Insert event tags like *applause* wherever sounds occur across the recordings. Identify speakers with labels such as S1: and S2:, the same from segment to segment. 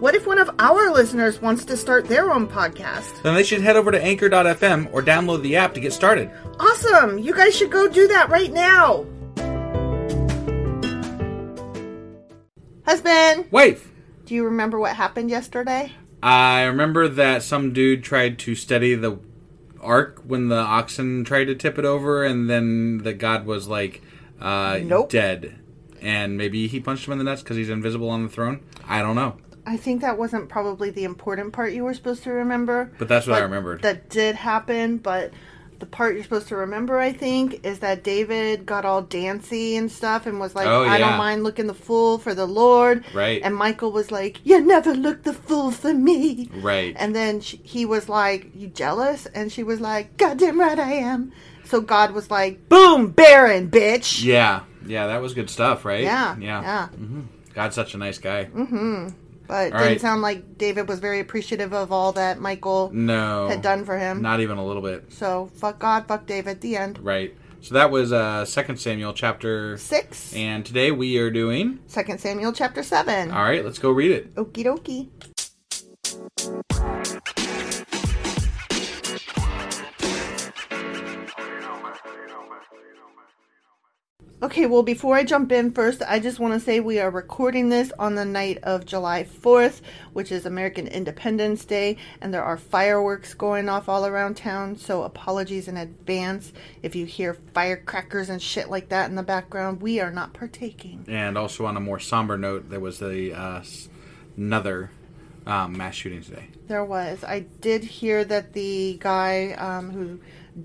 S1: what if one of our listeners wants to start their own podcast?
S2: Then they should head over to anchor.fm or download the app to get started.
S1: Awesome! You guys should go do that right now! Husband,
S2: Wife!
S1: do you remember what happened yesterday?
S2: I remember that some dude tried to steady the ark when the oxen tried to tip it over, and then the god was like, uh,
S1: Nope.
S2: dead. And maybe he punched him in the nuts because he's invisible on the throne. I don't know.
S1: I think that wasn't probably the important part you were supposed to remember.
S2: But that's what I remembered.
S1: That did happen, but the part you're supposed to remember, I think, is that David got all dancy and stuff and was like,
S2: Oh,
S1: I
S2: yeah.
S1: don't mind looking the fool for the Lord.
S2: Right.
S1: And Michael was like, You never look the fool for me.
S2: Right.
S1: And then she, he was like, You jealous? And she was like, God damn right I am. So God was like, Boom, barren, bitch.
S2: Yeah, yeah, that was good stuff, right?
S1: Yeah.
S2: yeah.
S1: Yeah. Mm-hmm.
S2: God's such a nice guy.
S1: But it
S2: All
S1: didn't
S2: right.
S1: sound like David was very appreciative of all that Michael
S2: No,
S1: had done for him.
S2: not even a little bit.
S1: So fuck God, fuck David. The end.
S2: Right. So that was uh Second Samuel chapter
S1: Six.
S2: and today we are doing.
S1: Second Samuel chapter seven.
S2: All right, let's go read it.
S1: Okie dokie. Okay, well, before I jump in, first, I just want to say we are recording this on the night of July 4th, which is American Independence Day, and there are fireworks going off all around town, so apologies in advance if you hear firecrackers and shit like that in the background. We are not partaking.
S2: And also on a more somber note, there was a uh, s- another um, mass shooting today.
S1: There was. I did hear that the guy um, who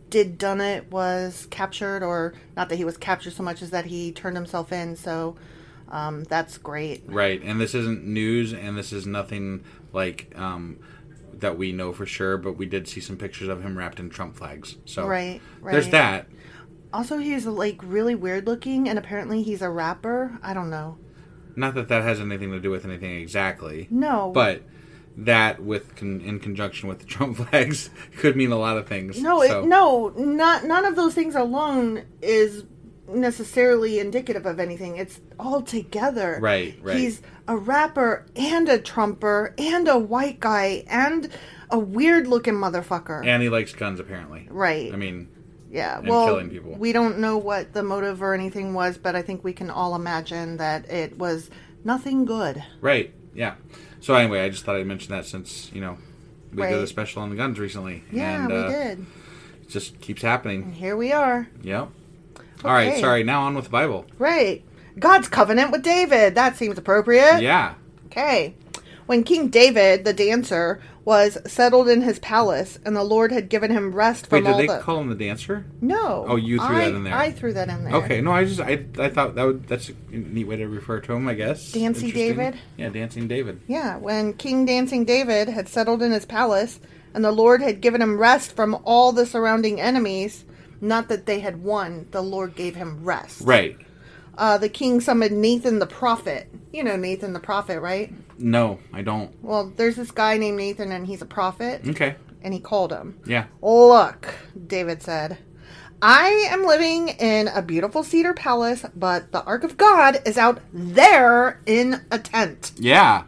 S1: did done it was captured, or not that he was captured so much as that he turned himself in, so um, that's great.
S2: Right, and this isn't news, and this is nothing like um, that we know for sure. But we did see some pictures of him wrapped in Trump flags. So
S1: Right,
S2: there's
S1: right.
S2: that.
S1: Also, he's like really weird looking, and apparently he's a rapper. I don't know.
S2: Not that that has anything to do with anything exactly.
S1: No.
S2: but that with con- in conjunction with the *laughs* Trump flags could mean a lot of things.
S1: No,
S2: so-
S1: it, no, not none of those things alone is necessarily indicative of anything. It's all together.
S2: Right, right.
S1: He's a rapper and a trumper and a white guy and a weird looking motherfucker.
S2: And he likes guns apparently.
S1: Right.
S2: I mean,
S1: yeah.
S2: and
S1: well,
S2: killing people.
S1: we don't know what the motive or anything was, but I think we can all imagine that it was nothing good.
S2: right? Yeah. So anyway, I just thought I'd mention that since you know we did a
S1: Right.
S2: special on the guns recently.
S1: Yeah,
S2: and,
S1: we
S2: uh,
S1: did.
S2: It just keeps happening.
S1: Here we are.
S2: Yep. All right.
S1: Okay.
S2: Sorry. Now on with the Bible.
S1: Right. God's covenant with David. That seems appropriate.
S2: Yeah.
S1: Okay. When King David, the dancer, was settled in his palace, and the Lord had given him rest
S2: Wait,
S1: from
S2: did
S1: all
S2: they
S1: the
S2: call him the dancer?
S1: no.
S2: Oh, you threw
S1: I,
S2: that in there.
S1: I threw that in there.
S2: Okay, no, I just I, I thought that would that's a neat way to refer to him, I guess.
S1: Dancy
S2: Interesting.
S1: David?
S2: Yeah, Dancing David.
S1: Yeah. When King Dancing David had settled in his palace, and the Lord had given him rest from all the surrounding enemies. Not that they had won. The Lord gave him rest.
S2: Right.
S1: Uh, the king summoned Nathan the prophet. You know Nathan the prophet, right?
S2: No, I don't.
S1: Well, there's this guy named Nathan, and he's a prophet.
S2: Okay.
S1: And he called him.
S2: Yeah.
S1: Look, David said, I am living in a beautiful cedar palace, but the Ark of God is out there in a tent.
S2: Yeah.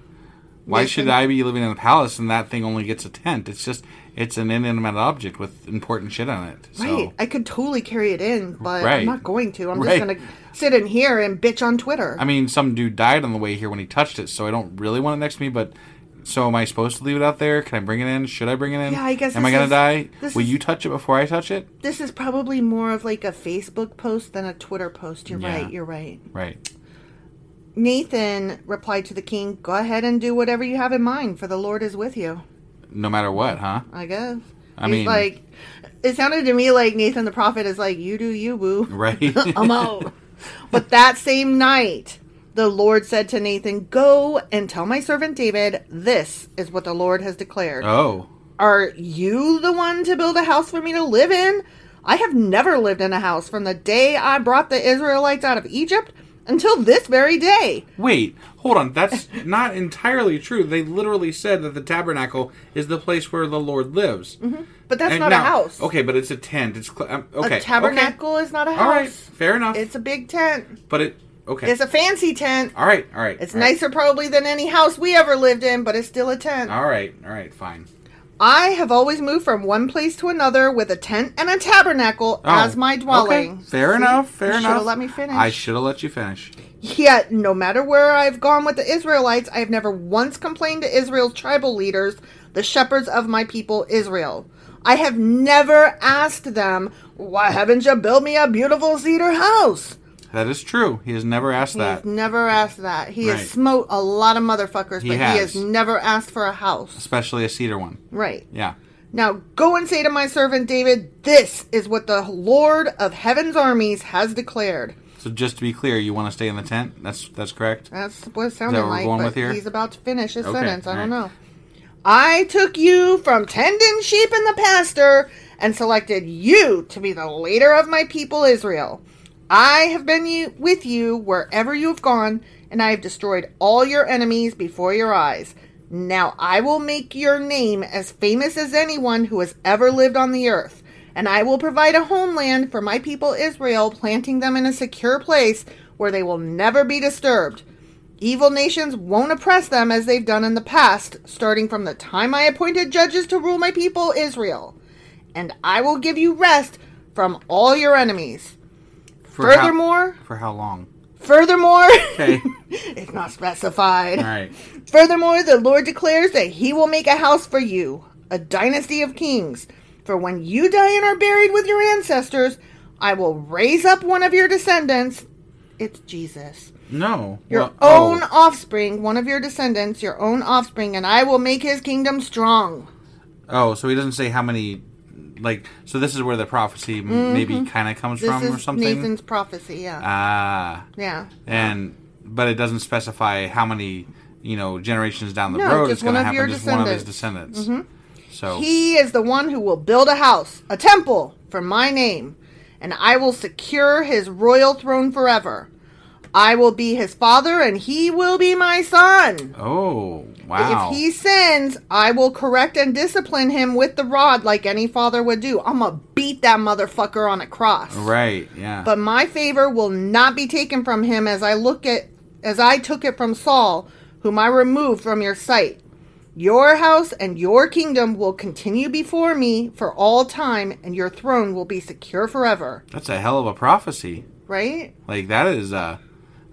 S2: Why should I be living in a palace and that thing only gets a tent? It's just it's an inanimate object with important shit on it. So
S1: Right. I could totally carry it in, but
S2: Right.
S1: I'm not going to. I'm
S2: Right.
S1: just going to sit in here and bitch on Twitter.
S2: I mean, some dude died on the way here when he touched it, so I don't really want it next to me. But so am I supposed to leave it out there? Can I bring it in? Should I bring it in?
S1: Yeah, I guess
S2: Am
S1: this
S2: I gonna
S1: is-
S2: die?
S1: this
S2: Will
S1: is-
S2: you touch it before I touch it?
S1: this is probably more of like a Facebook post than a Twitter post. You're
S2: Yeah.
S1: right. You're right.
S2: Right.
S1: Nathan replied to the king, Go ahead and do whatever you have in mind, for the Lord is with you.
S2: No matter what, huh? *laughs*
S1: I guess.
S2: I
S1: He's
S2: mean-
S1: like, it sounded to me like Nathan the prophet is like, you do you, boo. *laughs*
S2: Right.
S1: I'm out. but that same night, the Lord said to Nathan, Go and tell my servant David, this is what the Lord has
S2: *laughs*
S1: declared.
S2: oh.
S1: Are you the one to build a house for me to live in? I have never lived in a house from the day I brought the Israelites out of Egypt until this very day.
S2: Wait, hold on. That's not entirely true. They literally said that the tabernacle is the place where the Lord lives. Mm-hmm.
S1: But that's not a house.
S2: Okay, but it's a tent. It's cl- um, okay.
S1: A tabernacle
S2: okay.
S1: is not a house.
S2: All right, fair enough.
S1: It's a big tent.
S2: but it okay.
S1: It's a fancy tent.
S2: all right, all right.
S1: It's
S2: all right.
S1: nicer probably than any house we ever lived in, but it's still a tent.
S2: All right, all right, fine.
S1: I have always moved from one place to another with a tent and a tabernacle
S2: Oh,
S1: as my dwelling.
S2: okay, Fair
S1: See?
S2: enough. Fair
S1: you
S2: enough.
S1: Should have let me finish.
S2: I should have let you finish.
S1: Yet, no matter where I've gone with the Israelites, I have never once complained to Israel's tribal leaders, the shepherds of my people Israel. I have never asked them, "Why haven't you built me a beautiful cedar house?"
S2: That is true. He has never asked that,
S1: He's never asked that. He
S2: Right.
S1: has smote a lot of motherfuckers,
S2: He
S1: but he
S2: has.
S1: has never asked for a house.
S2: especially a cedar one.
S1: Right.
S2: Yeah.
S1: Now go and say to my servant David, This is what the Lord of heaven's armies has declared.
S2: So just to be clear, you want to stay in the tent? That's that's correct.
S1: That's what it sounded
S2: we're
S1: like.
S2: going
S1: but
S2: with here?
S1: He's about to finish his
S2: Okay,
S1: sentence. I don't
S2: all right.
S1: know. I took you from tending sheep in the pasture and selected you to be the leader of my people Israel. I have been you, with you wherever you have gone, and I have destroyed all your enemies before your eyes. Now I will make your name as famous as anyone who has ever lived on the earth, and I will provide a homeland for my people Israel, planting them in a secure place where they will never be disturbed. Evil nations won't oppress them as they've done in the past, starting from the time I appointed judges to rule my people Israel. And I will give you rest from all your enemies.
S2: For how-
S1: Furthermore-
S2: for how
S1: *laughs*
S2: long?
S1: Furthermore,
S2: Okay.
S1: it's not specified.
S2: All right.
S1: Furthermore, the Lord declares that he will make a house for you, a dynasty of kings. For when you die and are buried with your ancestors, I will raise up one of your descendants. It's Jesus.
S2: No.
S1: Your
S2: Well, oh.
S1: own offspring, one of your descendants, your own offspring, and I will make his kingdom strong.
S2: Oh, so he doesn't say how many. Like, so this is where the prophecy m maybe kind of comes
S1: Mm-hmm. This
S2: from,
S1: is
S2: or something.
S1: Nathan's prophecy, yeah.
S2: ah,
S1: yeah.
S2: and but it doesn't specify how many you know generations down the
S1: No,
S2: road
S1: just
S2: it's going
S1: one
S2: to
S1: of your Mm-hmm.
S2: happen. Just one of his descendants. So
S1: He is the one who will build a house, a temple, for my name, and I will secure his royal throne forever. I will be his father, and he will be my son.
S2: oh wow,
S1: If he sins, I will correct and discipline him with the rod like any father would do. I'm going to beat that motherfucker on a cross.
S2: right? Yeah,
S1: But my favor will not be taken from him as I look at as I took it from Saul, whom I removed from your sight. Your house and your kingdom will continue before me for all time, and your throne will be secure forever.
S2: that's a hell of a prophecy.
S1: Right?
S2: Like that is uh,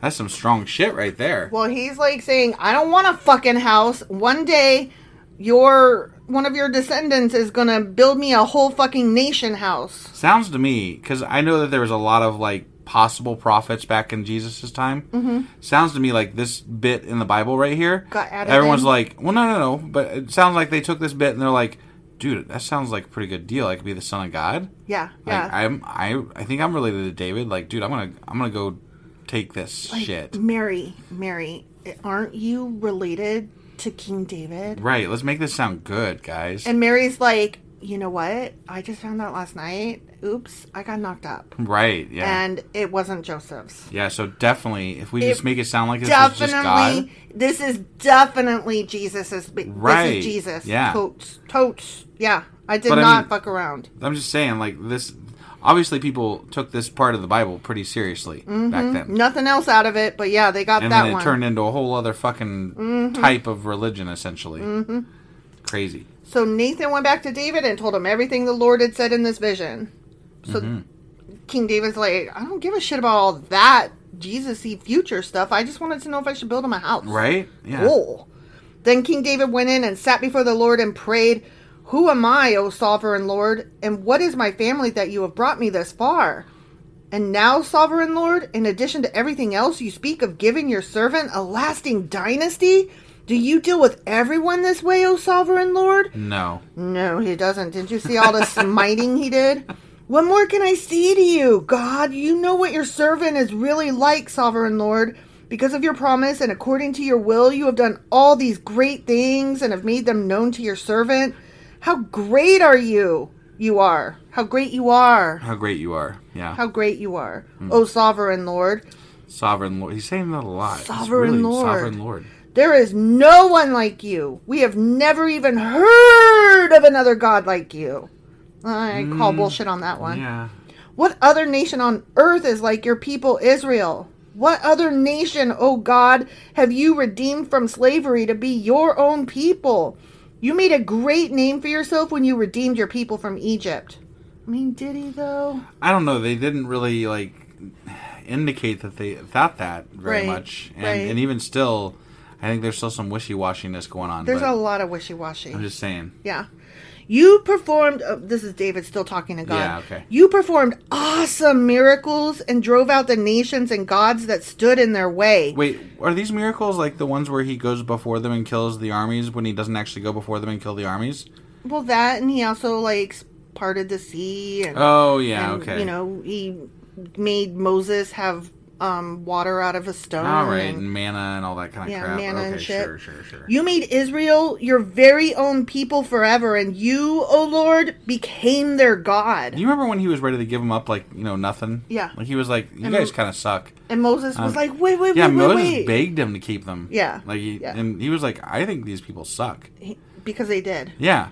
S2: that's some strong shit right there.
S1: Well, he's like saying, I don't want a fucking house. One day, your one of your descendants is gonna build me a whole fucking nation house.
S2: Sounds to me because I know that there was a lot of like possible prophets back in Jesus' time. Mm-hmm. Sounds to me like this bit in the Bible right here.
S1: Got added
S2: everyone's
S1: in?
S2: like, well, no, no, no, but it sounds like they took this bit and they're like, dude, that sounds like a pretty good deal. I could be the son of God.
S1: Yeah, yeah.
S2: Like, I'm, I, I think I'm related to David. Like, dude, I'm gonna, I'm gonna go take this shit.
S1: Mary, Mary, aren't you related to King David?
S2: Right. Let's make this sound good, guys.
S1: And Mary's like, you know what? I just found out last night. Oops, I got knocked up.
S2: right. Yeah.
S1: And it wasn't Joseph's.
S2: yeah. So definitely, if we just make it sound like this is just God.
S1: Definitely, this is definitely Jesus's. This
S2: Right,
S1: is Jesus.
S2: yeah.
S1: Totes. Totes. Yeah. I did
S2: But I
S1: not
S2: mean-
S1: fuck around.
S2: I'm just saying, like this. Obviously, people took this part of the Bible pretty seriously back then,
S1: Nothing else out of it, but yeah, they got
S2: and
S1: Mm-hmm. that
S2: then it
S1: one. Mm-hmm.
S2: turned into a whole other fucking type of religion, essentially. Crazy.
S1: so Nathan went back to David and told him everything the Lord had said in this vision. So
S2: Mm-hmm.
S1: King David's like, I don't give a shit about all that Jesus y future stuff. I just wanted to know if I should build him a house.
S2: Right? Yeah.
S1: Cool. Then King David went in and sat before the Lord and prayed, Who am I, O sovereign Lord? And what is my family that you have brought me thus far? And now, sovereign Lord, in addition to everything else, you speak of giving your servant a lasting dynasty? Do you deal with everyone this way, O sovereign Lord?
S2: No.
S1: No, he doesn't. Didn't you see all the smiting he did? What more can I see to you, God? You know what your servant is really like, sovereign Lord. Because of your promise and according to your will, you have done all these great things and have made them known to your servant. How great are you? You are. How great you are.
S2: How great you are. Yeah.
S1: How great you are. O sovereign Lord.
S2: sovereign Lord. He's saying that a lot. It's
S1: Sovereign
S2: really
S1: Lord.
S2: Sovereign Lord.
S1: There is no one like you. We have never even heard of another God like you. I call bullshit on that one.
S2: Yeah.
S1: What other nation on earth is like your people Israel? What other nation, O God, have you redeemed from slavery to be your own people? You made a great name for yourself when you redeemed your people from Egypt. I mean, did he though?
S2: I don't know. They didn't really like indicate that they thought that very
S1: Right,
S2: much, and,
S1: right.
S2: and even still, I think there's still some wishy washiness going on.
S1: There's
S2: but
S1: a lot of wishy washy.
S2: I'm just saying.
S1: Yeah. You performed, oh, this is David still talking to God.
S2: Yeah, okay.
S1: You performed awesome miracles and drove out the nations and gods that stood in their way.
S2: Wait, are these miracles like the ones where he goes before them and kills the armies when he doesn't actually go before them and kill the armies?
S1: Well, that, and he also, like, parted the sea. And,
S2: Oh yeah,
S1: and,
S2: okay.
S1: You know, he made Moses have um, water out of a stone.
S2: all right,
S1: and-
S2: and manna and all that kind of
S1: yeah,
S2: crap.
S1: manna
S2: okay,
S1: and shit.
S2: sure, sure, sure.
S1: You made Israel your very own people forever, and you, O Lord, became their God.
S2: Do you remember when he was ready to give him up, like you know nothing?
S1: Yeah.
S2: like he was like, "You guys kind of suck."
S1: and Moses was like, wait, wait,
S2: um, Yeah,
S1: wait, wait,
S2: Moses
S1: wait.
S2: begged him to keep them.
S1: Yeah,
S2: like he,
S1: yeah.
S2: and he was like, "I think these people suck."
S1: because they did. *laughs*
S2: Yeah,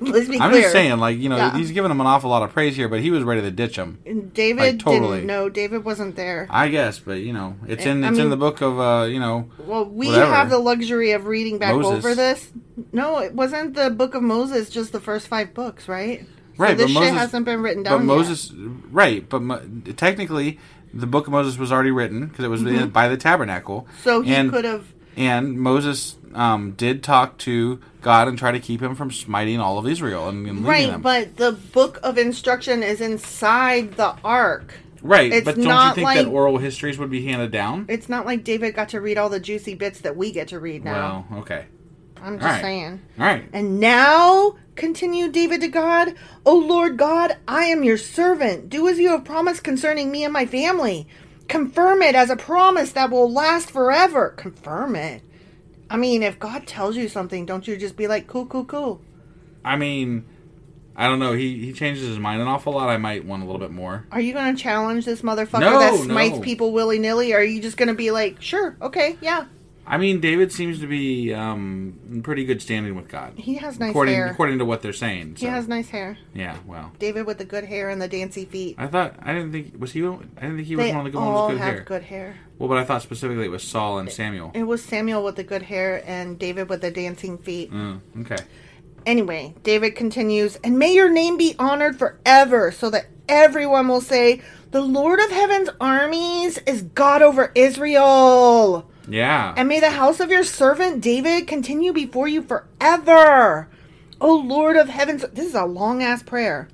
S1: Let's be
S2: I'm
S1: clear.
S2: just saying, like you know,
S1: Yeah.
S2: he's giving them an awful lot of praise here, but he was ready to ditch him.
S1: And David
S2: Like, totally.
S1: didn't know. David wasn't there.
S2: I guess, but you know, it's in
S1: I
S2: it's in
S1: mean-
S2: the book of uh, you know.
S1: Well, we
S2: whatever.
S1: have the luxury of reading back
S2: Moses.
S1: over this. No, it wasn't the book of Moses, just the first five books, right? so this shit hasn't been written down
S2: But
S1: yet.
S2: Moses, right? But Mo, technically, the book of Moses was already written because it was by the tabernacle.
S1: Mm-hmm. So he
S2: And-
S1: could have-
S2: And Moses um, did talk to God and try to keep him from smiting all of Israel and, and leading
S1: Right,
S2: them.
S1: but the book of instruction is inside the ark.
S2: right,
S1: it's
S2: but don't you
S1: not
S2: think
S1: like-
S2: that oral histories would be handed down?
S1: It's not like David got to read all the juicy bits that we get to read now.
S2: Well, okay,
S1: I'm just
S2: all right.
S1: saying.
S2: all right.
S1: And now, continued David to God, O Lord God, I am your servant. Do as you have promised concerning me and my family. Confirm it as a promise that will last forever. Confirm it. I mean, if God tells you something, don't you just be like, cool, cool, cool.
S2: I mean, I don't know. He he changes his mind an awful lot. I might want a little bit more.
S1: Are you going to challenge this motherfucker
S2: No,
S1: that smites
S2: no.
S1: people willy nilly? Are you just going to be like, sure, okay, yeah.
S2: I mean, David seems to be um, in pretty good standing with God.
S1: He has nice
S2: according
S1: hair.
S2: according to what they're saying.
S1: He
S2: so.
S1: has nice hair.
S2: Yeah, well,
S1: David with the good hair and the dancy feet.
S2: I thought I didn't think was he. I didn't think he was
S1: They
S2: one of the good
S1: all
S2: ones with good
S1: have
S2: hair.
S1: good hair.
S2: Well, but I thought specifically it was Saul and Samuel.
S1: It was Samuel with the good hair and David with the dancing feet.
S2: Mm, okay.
S1: Anyway, David continues, and may your name be honored forever, so that everyone will say, The Lord of Heaven's armies is God over Israel.
S2: Yeah.
S1: And may the house of your servant David continue before you forever. O Lord of heaven's this is a long
S2: *laughs*
S1: ass prayer.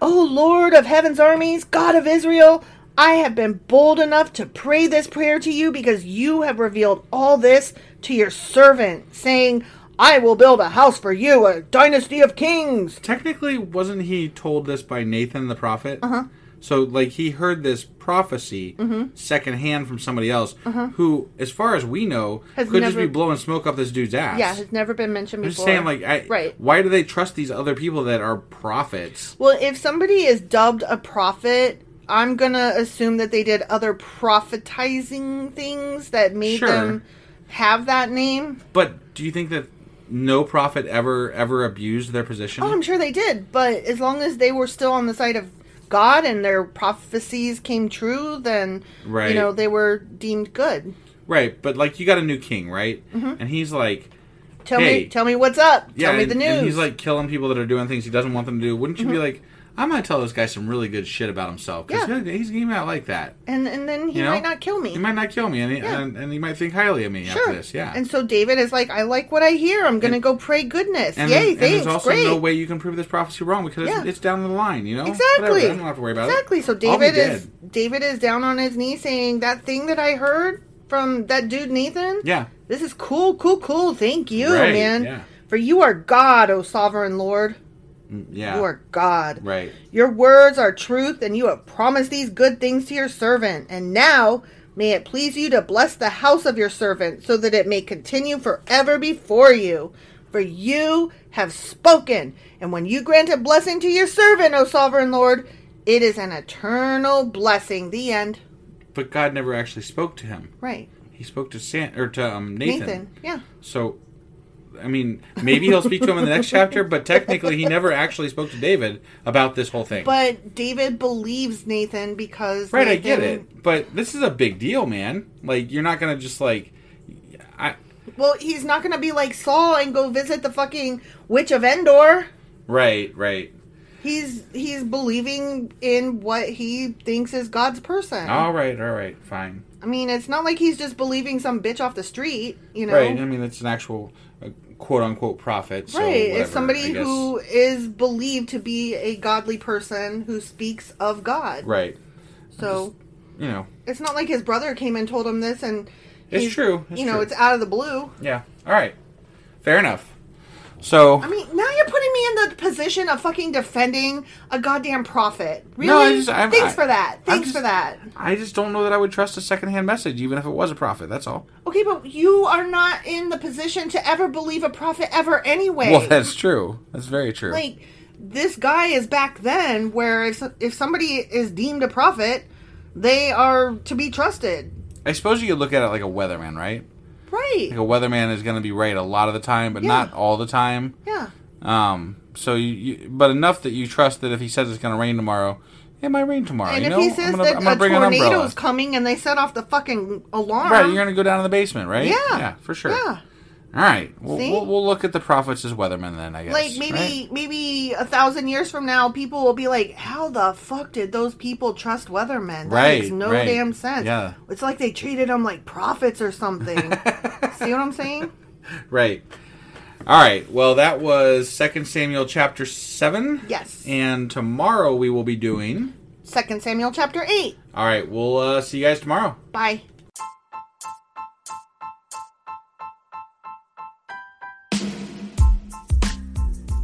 S1: o Lord of heaven's armies, God of Israel, I have been bold enough to pray this prayer to you because you have revealed all this to your servant, saying, I will build a house for you, a dynasty of kings.
S2: Technically, wasn't he told this by Nathan the prophet? Uh
S1: Uh-huh.
S2: huh. So, like, he heard this prophecy
S1: Mm-hmm.
S2: secondhand from somebody else, who, as far as we know,
S1: Uh-huh. Has
S2: could just
S1: never-
S2: be blowing smoke up this dude's ass.
S1: Yeah, has never been mentioned
S2: I'm just
S1: before.
S2: saying, like, I,
S1: Right.
S2: Why do they trust these other people that are prophets?
S1: Well, if somebody is dubbed a prophet, I'm gonna assume that they did other prophetizing things that made
S2: Sure.
S1: them have that name.
S2: But do you think that no prophet ever ever abused their position?
S1: Oh, I'm sure they did, but as long as they were still on the side of God and their prophecies came true, then
S2: Right.
S1: you know they were deemed good.
S2: Right, but like you got a new king, right?
S1: Mm-hmm.
S2: And he's like,
S1: Tell
S2: Hey.
S1: me, tell me what's up.
S2: yeah,
S1: tell me
S2: and,
S1: the news. Mm-hmm.
S2: and he's like killing people that are doing things he doesn't want them to do. Wouldn't you be like, I'm gonna tell this guy some really good shit about himself because
S1: Yeah.
S2: he's he might like that.
S1: and and then he
S2: you know?
S1: might not kill me.
S2: He might not kill me, and he,
S1: Yeah.
S2: and, and he might think highly of me after
S1: Sure.
S2: this. Yeah.
S1: And so David is like, I like what I hear. I'm gonna go pray goodness.
S2: And
S1: Yay,
S2: then- and
S1: thanks.
S2: there's also
S1: great.
S2: no way you can prove this prophecy wrong because it's,
S1: Yeah.
S2: it's down the line, you know.
S1: Exactly.
S2: Oh, Whatever, I don't have to worry about
S1: exactly.
S2: it.
S1: So
S2: I'll be
S1: David is
S2: dead.
S1: David is down on his knee saying that thing that I heard from that dude Nathan.
S2: Yeah.
S1: This is cool, cool, cool. Thank you,
S2: Right,
S1: man.
S2: yeah.
S1: For you are God, O sovereign Lord.
S2: Yeah.
S1: You are God.
S2: Right.
S1: Your words are truth, and you have promised these good things to your servant. And now may it please you to bless the house of your servant, so that it may continue forever before you. For you have spoken, and when you grant a blessing to your servant, O sovereign Lord, it is an eternal blessing. The end.
S2: But God never actually spoke to him.
S1: Right.
S2: He spoke to San or to um,
S1: Nathan. Yeah.
S2: So, I mean, maybe he'll speak to him in the next chapter, but technically, he never actually spoke to David about this whole thing.
S1: But David believes Nathan because
S2: right, I
S1: Nathan-
S2: get it. But this is a big deal, man. Like, you're not gonna just like, I
S1: Well, he's not going to be like Saul and go visit the fucking witch of Endor.
S2: right, right.
S1: He's he's believing in what he thinks is God's person.
S2: All right, all right, fine.
S1: I mean, it's not like he's just believing some bitch off the street, you know.
S2: Right. I mean, it's an actual uh, quote unquote prophet. So
S1: Right,
S2: whatever,
S1: it's somebody
S2: I guess.
S1: who is believed to be a godly person who speaks of God.
S2: Right.
S1: So
S2: You know.
S1: it's not like his brother came and told him this, and
S2: It's
S1: he's-
S2: true, it's
S1: you know,
S2: true.
S1: it's out of the blue.
S2: Yeah. All right. Fair enough. So.
S1: I mean, now you're putting me in the position of fucking defending a goddamn prophet. Really?
S2: No, I just- I'm-
S1: Thanks
S2: I-
S1: for that.
S2: I'm
S1: Thanks
S2: just-
S1: for that.
S2: I just don't know that I would trust a secondhand message, even if it was a prophet. That's all.
S1: Okay, but you are not in the position to ever believe a prophet ever anyway.
S2: Well, that's true. That's very true.
S1: like this guy is back then where if if somebody is deemed a prophet, they are to be trusted.
S2: I suppose you could look at it like a weatherman, right?
S1: Right.
S2: Like a weatherman is going to be right a lot of the time, but not all the time.
S1: yeah.
S2: Um, so you, you, but enough that you trust that if he says it's going to rain tomorrow, it might rain tomorrow.
S1: And
S2: you
S1: if
S2: know,
S1: he says
S2: gonna-
S1: that
S2: gonna
S1: a
S2: bring an umbrella.
S1: tornado's coming and they set off the fucking alarm.
S2: right, you're going to go down to the basement, right?
S1: Yeah.
S2: yeah, for sure.
S1: Yeah.
S2: All right. We'll,
S1: See?
S2: we'll, we'll look at the prophets as weathermen then, I guess.
S1: like maybe
S2: right?
S1: maybe a thousand years from now, people will be like, "How the fuck did those people trust weathermen? That
S2: Right,
S1: makes no
S2: right.
S1: damn sense.
S2: Yeah.
S1: It's like they treated them like prophets or something.
S2: *laughs*
S1: See what I'm saying?
S2: Right. All right. Well, that was 2 Samuel chapter 7.
S1: Yes.
S2: And tomorrow we will be doing.
S1: Second Samuel chapter eight.
S2: All right. We'll uh, see you guys tomorrow.
S1: Bye.